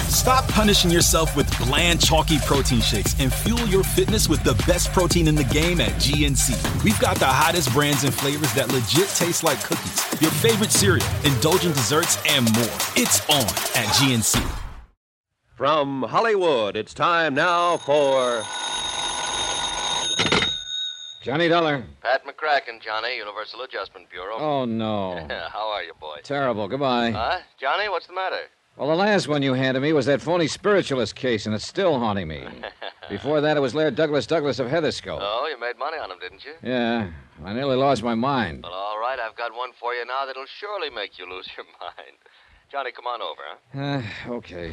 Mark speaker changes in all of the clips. Speaker 1: Stop punishing yourself with bland, chalky protein shakes and fuel your fitness with the best protein in the game at GNC. We've got the hottest brands and flavors that legit taste like cookies, your favorite cereal, indulgent desserts, and more. It's on at GNC.
Speaker 2: From Hollywood, it's time now for
Speaker 3: Johnny Dollar.
Speaker 4: Pat McCracken, Johnny, Universal Adjustment Bureau.
Speaker 3: Oh, no.
Speaker 4: How are you, boy?
Speaker 3: Terrible. Goodbye.
Speaker 4: Huh? Johnny, what's the matter?
Speaker 3: Well, the last one you handed me was that phony spiritualist case, and it's still haunting me. Before that, it was Laird Douglas Douglas of Heatherscope.
Speaker 4: Oh, you made money on him, didn't you?
Speaker 3: Yeah, I nearly lost my mind.
Speaker 4: Well, all right, I've got one for you now that'll surely make you lose your mind. Johnny, come on over, huh?
Speaker 3: Uh, okay.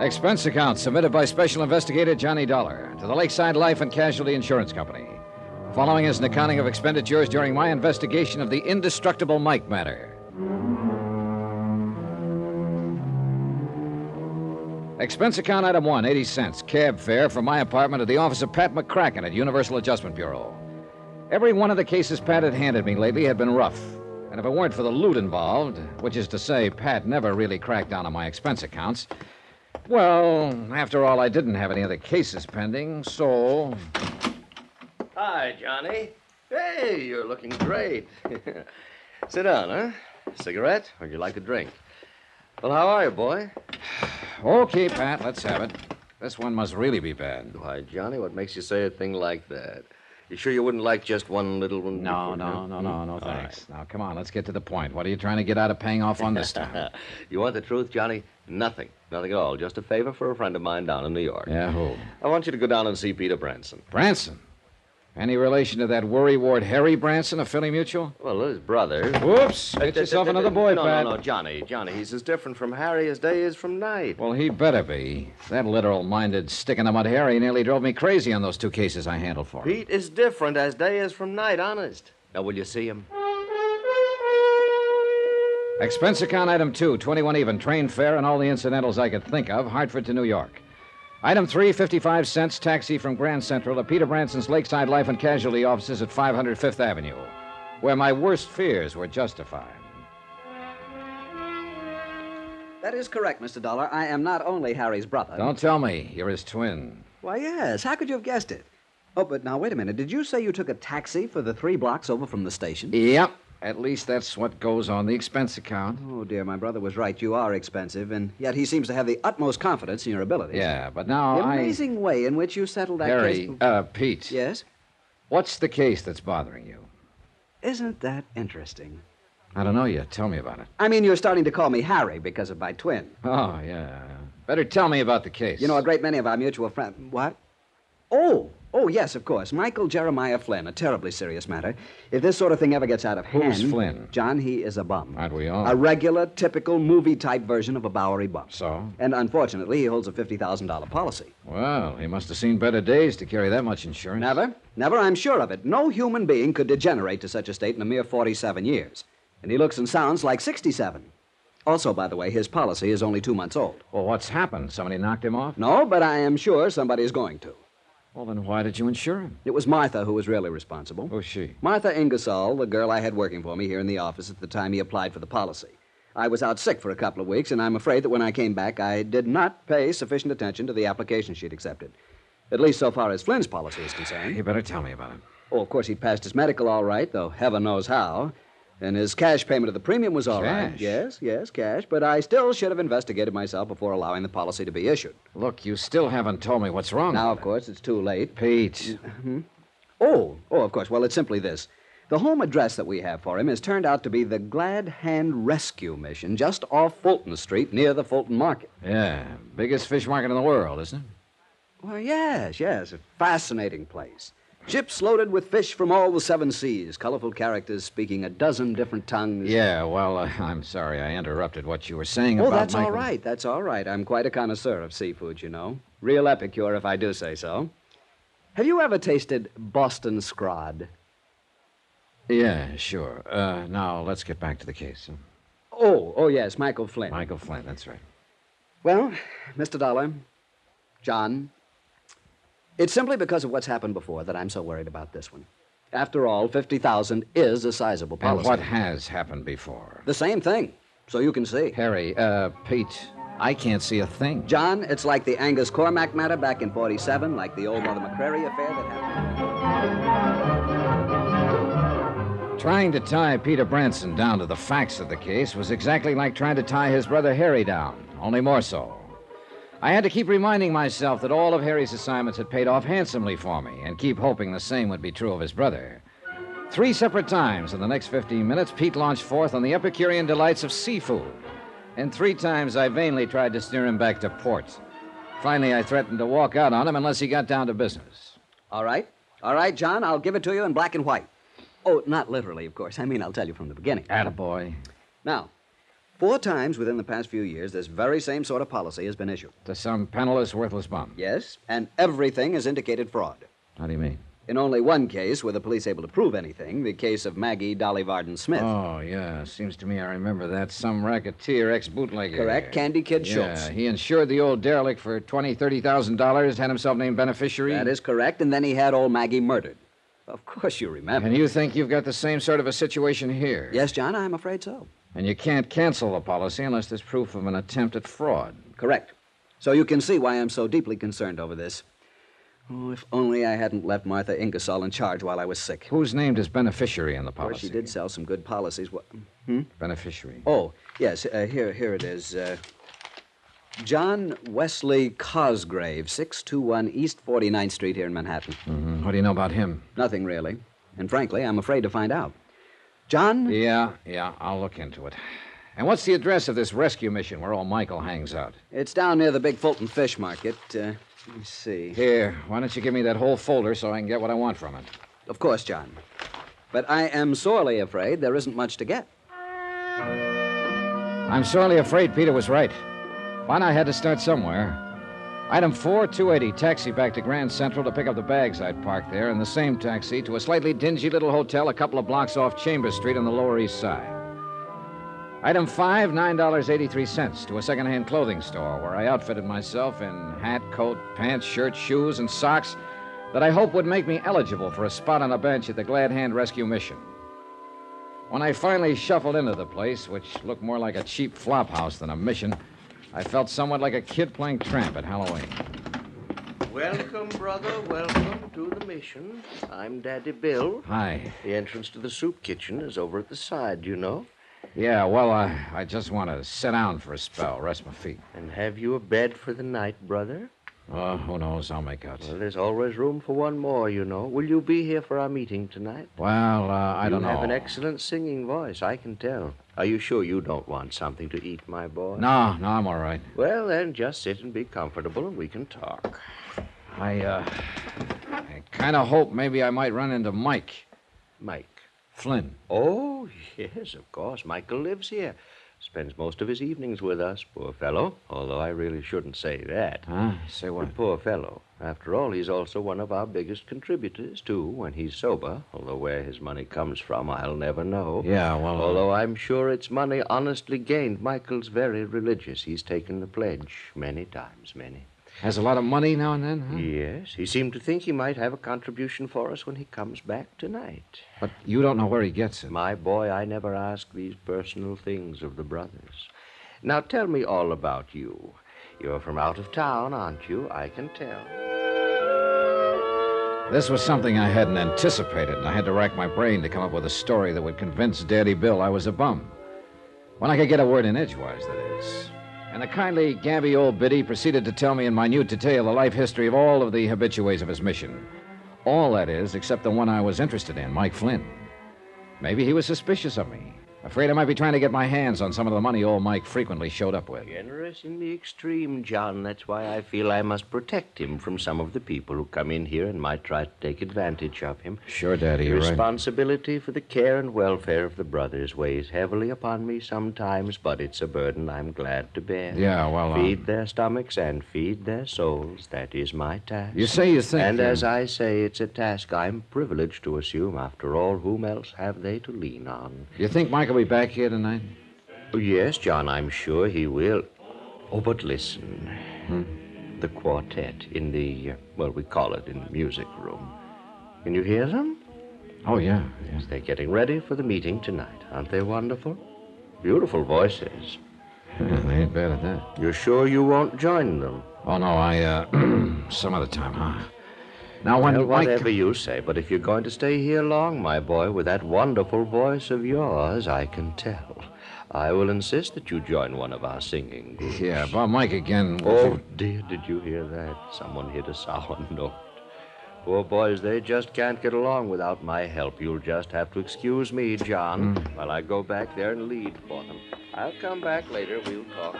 Speaker 3: Expense account submitted by Special Investigator Johnny Dollar to the Lakeside Life and Casualty Insurance Company. Following is an accounting of expenditures during my investigation of the indestructible Mike matter. Expense account item one, 80 cents, cab fare from my apartment to the office of Pat McCracken at Universal Adjustment Bureau. Every one of the cases Pat had handed me lately had been rough. And if it weren't for the loot involved, which is to say, Pat never really cracked down on my expense accounts, well, after all, I didn't have any other cases pending, so.
Speaker 4: Hi, Johnny. Hey, you're looking great. Sit down, huh? Cigarette? Or you like a drink? Well, how are you, boy?
Speaker 3: Okay, Pat, let's have it. This one must really be bad.
Speaker 4: Why, Johnny, what makes you say a thing like that? You sure you wouldn't like just one little one?
Speaker 3: No,
Speaker 4: before-
Speaker 3: no, no, no, no,
Speaker 4: All
Speaker 3: thanks. Now, come on, let's get to the point. What are you trying to get out of paying off on this time?
Speaker 4: right. You want the truth, Johnny? Nothing. Nothing at all. Just a favor for a friend of mine down in New York.
Speaker 3: yeah, who?
Speaker 4: I want you to go down and see Peter Branson.
Speaker 3: Branson. Any relation to that worry ward Harry Branson of Philly Mutual?
Speaker 4: Well, uh, his brother.
Speaker 3: Whoops! Get yourself another boy,
Speaker 4: no,
Speaker 3: Pat.
Speaker 4: No, no, Johnny, Johnny. He's as different from Harry as day is from night.
Speaker 3: Well, he better be. That literal minded stick in the mud Harry nearly drove me crazy on those two cases I handled for him.
Speaker 4: Pete is different as day is from night, honest. Now, will you see him?
Speaker 3: Expense account item two, 21 even, train fare and all the incidentals I could think of, Hartford to New York. Item three, 55 cents, taxi from Grand Central to Peter Branson's Lakeside Life and Casualty offices at 500 Fifth Avenue, where my worst fears were justified.
Speaker 5: That is correct, Mr. Dollar. I am not only Harry's brother.
Speaker 3: Don't tell me you're his twin.
Speaker 5: Why, yes. How could you have guessed it? Oh, but now, wait a minute. Did you say you took a taxi for the three blocks over from the station?
Speaker 3: Yep, at least that's what goes on the expense account.
Speaker 5: Oh, dear, my brother was right. You are expensive, and yet he seems to have the utmost confidence in your abilities.
Speaker 3: Yeah, but now
Speaker 5: The
Speaker 3: I.
Speaker 5: amazing way in which you settled that
Speaker 3: Harry,
Speaker 5: case.
Speaker 3: uh, Pete.
Speaker 5: Yes?
Speaker 3: What's the case that's bothering you?
Speaker 5: Isn't that interesting?
Speaker 3: I don't know yet. Tell me about it.
Speaker 5: I mean, you're starting to call me Harry because of my twin.
Speaker 3: Oh, yeah. Better tell me about the case.
Speaker 5: You know, a great many of our mutual friends. What? Oh, oh, yes, of course. Michael Jeremiah Flynn, a terribly serious matter. If this sort of thing ever gets out of hand.
Speaker 3: Who's Flynn?
Speaker 5: John, he is a bum.
Speaker 3: Aren't we all?
Speaker 5: A regular, typical movie type version of a Bowery bum.
Speaker 3: So?
Speaker 5: And unfortunately, he holds a $50,000 policy.
Speaker 3: Well, he must have seen better days to carry that much insurance.
Speaker 5: Never? Never, I'm sure of it. No human being could degenerate to such a state in a mere 47 years. And he looks and sounds like 67. Also, by the way, his policy is only two months old.
Speaker 3: Well, what's happened? Somebody knocked him off?
Speaker 5: No, but I am sure somebody is going to.
Speaker 3: Well, then why did you insure him?
Speaker 5: It was Martha who was really responsible.
Speaker 3: Who's she?
Speaker 5: Martha Ingersoll, the girl I had working for me here in the office at the time he applied for the policy. I was out sick for a couple of weeks, and I'm afraid that when I came back, I did not pay sufficient attention to the application she'd accepted. At least so far as Flynn's policy is concerned.
Speaker 3: You better tell me about him.
Speaker 5: Oh, of course, he'd passed his medical all right, though heaven knows how. And his cash payment of the premium was all right.
Speaker 3: Cash?
Speaker 5: Yes, yes, cash. But I still should have investigated myself before allowing the policy to be issued.
Speaker 3: Look, you still haven't told me what's wrong.
Speaker 5: Now,
Speaker 3: with
Speaker 5: of course, it's too late.
Speaker 3: it. Pete.
Speaker 5: Oh, oh, of course. Well, it's simply this. The home address that we have for him has turned out to be the Glad Hand Rescue Mission just off Fulton Street near the Fulton Market.
Speaker 3: Yeah, biggest fish market in the world, isn't it?
Speaker 5: Well, yes, yes. A fascinating place. Ships loaded with fish from all the seven seas, colorful characters speaking a dozen different tongues.
Speaker 3: Yeah, well, uh, I'm sorry I interrupted what you were saying
Speaker 5: Oh,
Speaker 3: about
Speaker 5: that's all
Speaker 3: Michael.
Speaker 5: right. That's all right. I'm quite a connoisseur of seafood, you know. Real epicure, if I do say so. Have you ever tasted Boston Scrod?
Speaker 3: Yeah, sure. Uh, now, let's get back to the case.
Speaker 5: Oh, oh, yes, Michael Flynn.
Speaker 3: Michael Flynn, that's right.
Speaker 5: Well, Mr. Dollar, John, it's simply because of what's happened before that I'm so worried about this one. After all, 50,000 is a sizable policy.
Speaker 3: And what has happened before?
Speaker 5: The same thing, so you can see.
Speaker 3: Harry, uh, Pete, I can't see a thing.
Speaker 5: John, it's like the Angus Cormac matter back in 47, like the old Mother McCrary affair that happened.
Speaker 3: Trying to tie Peter Branson down to the facts of the case was exactly like trying to tie his brother Harry down, only more so. I had to keep reminding myself that all of Harry's assignments had paid off handsomely for me and keep hoping the same would be true of his brother. Three separate times in the next 15 minutes, Pete launched forth on the Epicurean delights of seafood. And three times I vainly tried to steer him back to port. Finally, I threatened to walk out on him unless he got down to business.
Speaker 5: All right? All right, John, I'll give it to you in black and white. Oh, not literally, of course. I mean, I'll tell you from the beginning.
Speaker 3: Attaboy.
Speaker 5: Now, four times within the past few years, this very same sort of policy has been issued.
Speaker 3: To some penniless, worthless bum.
Speaker 5: Yes, and everything is indicated fraud.
Speaker 3: How do you mean?
Speaker 5: In only one case were the police able to prove anything, the case of Maggie Dolly Varden Smith.
Speaker 3: Oh, yeah. Seems to me I remember that. Some racketeer, ex bootlegger.
Speaker 5: Correct, Candy Kid
Speaker 3: yeah,
Speaker 5: Schultz.
Speaker 3: He insured the old derelict for twenty, thirty thousand dollars, had himself named beneficiary.
Speaker 5: That is correct, and then he had old Maggie murdered. Of course you remember.
Speaker 3: And you think you've got the same sort of a situation here?
Speaker 5: Yes, John, I'm afraid so.
Speaker 3: And you can't cancel the policy unless there's proof of an attempt at fraud.
Speaker 5: Correct. So you can see why I'm so deeply concerned over this. Oh, if only I hadn't left Martha Ingersoll in charge while I was sick. Of
Speaker 3: Who's named as beneficiary in the policy?
Speaker 5: course, she did sell some good policies. What?
Speaker 3: Beneficiary.
Speaker 5: Oh, yes, uh, here, here it is. Uh, John Wesley Cosgrave, 621 East 49th Street here in Manhattan.
Speaker 3: Mm, What do you know about him?
Speaker 5: Nothing really. And frankly, I'm afraid to find out. John?
Speaker 3: Yeah, yeah, I'll look into it. And what's the address of this rescue mission where old Michael hangs out?
Speaker 5: It's down near the big Fulton Fish Market. Uh, let me see.
Speaker 3: Here, why don't you give me that whole folder so I can get what I want from it?
Speaker 5: Of course, John. But I am sorely afraid there isn't much to get.
Speaker 3: I'm sorely afraid Peter was right. Why I had to start somewhere. Item 4, 280, taxi back to Grand Central to pick up the bags I'd parked there, and the same taxi to a slightly dingy little hotel a couple of blocks off Chambers Street on the Lower East Side. Item 5, $9.83 to a secondhand clothing store where I outfitted myself in hat, coat, pants, shirt, shoes, and socks that I hope would make me eligible for a spot on a bench at the Glad Hand Rescue Mission. When I finally shuffled into the place, which looked more like a cheap flop house than a mission, I felt somewhat like a kid playing tramp at Halloween.
Speaker 4: Welcome, brother. Welcome to the mission. I'm Daddy Bill.
Speaker 3: Hi.
Speaker 4: The entrance to the soup kitchen is over at the side, you know.
Speaker 3: Yeah, well, uh, I just want to sit down for a spell, rest my feet.
Speaker 4: And have you a bed for the night, brother?
Speaker 3: Oh, who knows? I'll make out.
Speaker 4: Well, there's always room for one more, you know. Will you be here for our meeting tonight?
Speaker 3: Well, uh, I don't
Speaker 4: you
Speaker 3: know.
Speaker 4: have an excellent singing voice, I can tell. Are you sure you don't want something to eat, my boy?
Speaker 3: No, no, I'm all right.
Speaker 4: Well, then just sit and be comfortable and we can talk.
Speaker 3: I, uh, I kind of hope maybe I might run into Mike
Speaker 4: Mike.
Speaker 3: Flynn.
Speaker 4: Oh, yes, of course. Michael lives here. Spends most of his evenings with us, poor fellow. Although I really shouldn't say that.
Speaker 3: Huh? Say what?
Speaker 4: Poor fellow. After all, he's also one of our biggest contributors, too, when he's sober. Although where his money comes from, I'll never know.
Speaker 3: Yeah, well, uh,
Speaker 4: Although I'm sure it's money honestly gained. Michael's very religious. He's taken the pledge many times, many.
Speaker 3: Has a lot of money now and then, huh?
Speaker 4: Yes, he seemed to think he might have a contribution for us when he comes back tonight.
Speaker 3: But you don't know where he gets it.
Speaker 4: My boy, I never ask these personal things of the brothers. Now tell me all about you. You're from out of town, aren't you? I can tell.
Speaker 3: This was something I hadn't anticipated, and I had to rack my brain to come up with a story that would convince Daddy Bill I was a bum. When I could get a word in edgewise, that is. And the kindly, gabby old biddy proceeded to tell me in minute detail the life history of all of the habitués of his mission. All, that is, except the one I was interested in, Mike Flynn. Maybe he was suspicious of me, afraid I might be trying to get my hands on some of the money old Mike frequently showed up with.
Speaker 4: Generous in the extreme, John. That's why I feel I must protect him from some of the people who come in here and might try to take advantage of him.
Speaker 3: Sure, Daddy,
Speaker 4: The
Speaker 3: you're right.
Speaker 4: responsibility for the care and welfare of the brothers weighs heavily upon me sometimes, but it's a burden I'm glad to bear.
Speaker 3: Yeah, well, uh,
Speaker 4: feed their stomachs and feed their souls. That is my task.
Speaker 3: You say you think.
Speaker 4: And
Speaker 3: you-
Speaker 4: as I say, it's a task I'm privileged to assume. After all, whom else have they to lean on?
Speaker 3: You think Mike will be back here tonight?
Speaker 4: Yes, John, I'm sure he will. Oh, but listen.
Speaker 3: Hmm.
Speaker 4: The quartet in the, uh, well, we call it in the music room. Can you hear them?
Speaker 3: Oh, yeah. yeah.
Speaker 4: They're getting ready for the meeting tonight. Aren't they wonderful? Beautiful voices.
Speaker 3: Yeah, they ain't bad at that.
Speaker 4: You're sure you won't join them?
Speaker 3: Oh, no, I, uh, some other time, huh? Now, when
Speaker 4: Well,
Speaker 3: Mike.
Speaker 4: whatever you say, but if you're going to stay here long, my boy, with that wonderful voice of yours, I can tell. I will insist that you join one of our singing groups.
Speaker 3: Yeah, about Mike again.
Speaker 4: Oh, dear, did you hear that? Someone hit a sour note. Poor boys, they just can't get along without my help. You'll just have to excuse me, John, while I go back there and lead for them. I'll come back later. We'll talk.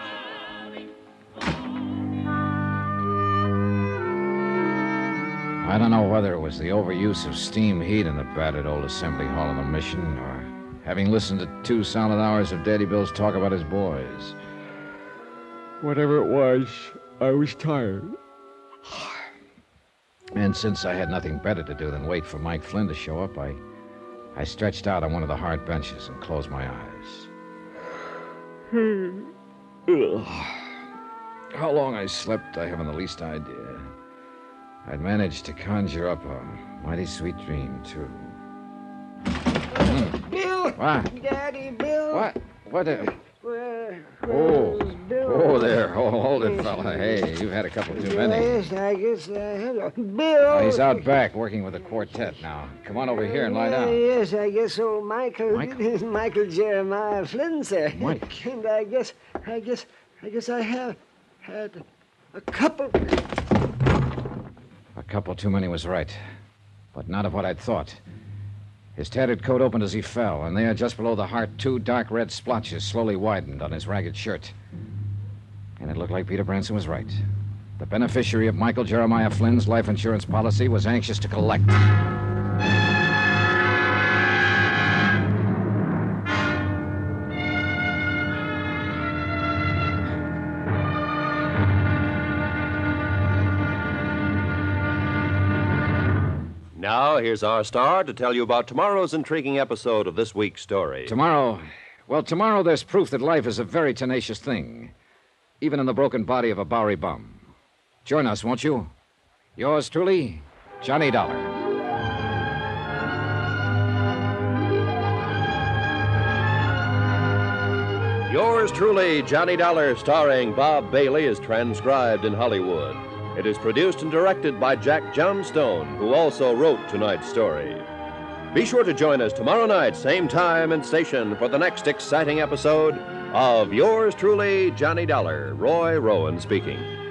Speaker 3: I don't know whether it was the overuse of steam heat in the battered old assembly hall of the mission or having listened to two solid hours of Daddy Bill's talk about his boys.
Speaker 6: Whatever it was, I was tired.
Speaker 3: And since I had nothing better to do than wait for Mike Flynn to show up, I, I stretched out on one of the hard benches and closed my eyes.
Speaker 6: Hmm.
Speaker 3: How long I slept, I haven't the least idea. I'd managed to conjure up a mighty sweet dream, too. Hmm.
Speaker 5: Bill!
Speaker 3: What?
Speaker 5: Daddy, Bill!
Speaker 3: What? What? the-
Speaker 5: Where,
Speaker 3: Oh, oh, there. Oh, hold it, fella. Hey, you've had a couple too many.
Speaker 5: I guess. Uh, Bill!
Speaker 3: Oh, he's out back working with the quartet now. Come on over here and lie
Speaker 5: Yeah,
Speaker 3: down.
Speaker 5: Yes, I guess old Michael,
Speaker 3: Michael?
Speaker 5: Michael Jeremiah Flynn, sir.
Speaker 3: Mike.
Speaker 5: And I guess, I guess, I guess I have had a couple.
Speaker 3: A couple too many was right, but not of what I'd thought. His tattered coat opened as he fell, and there, just below the heart, two dark red splotches slowly widened on his ragged shirt. And it looked like Peter Branson was right. The beneficiary of Michael Jeremiah Flynn's life insurance policy was anxious to collect.
Speaker 2: Now, here's our star to tell you about tomorrow's intriguing episode of this week's story.
Speaker 3: Tomorrow, well, tomorrow there's proof that life is a very tenacious thing, even in the broken body of a Bowery bum. Join us, won't you? Yours truly, Johnny Dollar.
Speaker 2: Yours truly, Johnny Dollar, starring Bob Bailey, is transcribed in Hollywood. It is produced and directed by Jack Johnstone, who also wrote tonight's story. Be sure to join us tomorrow night, same time and station, for the next exciting episode of Yours truly, Johnny Dollar. Roy Rowan speaking.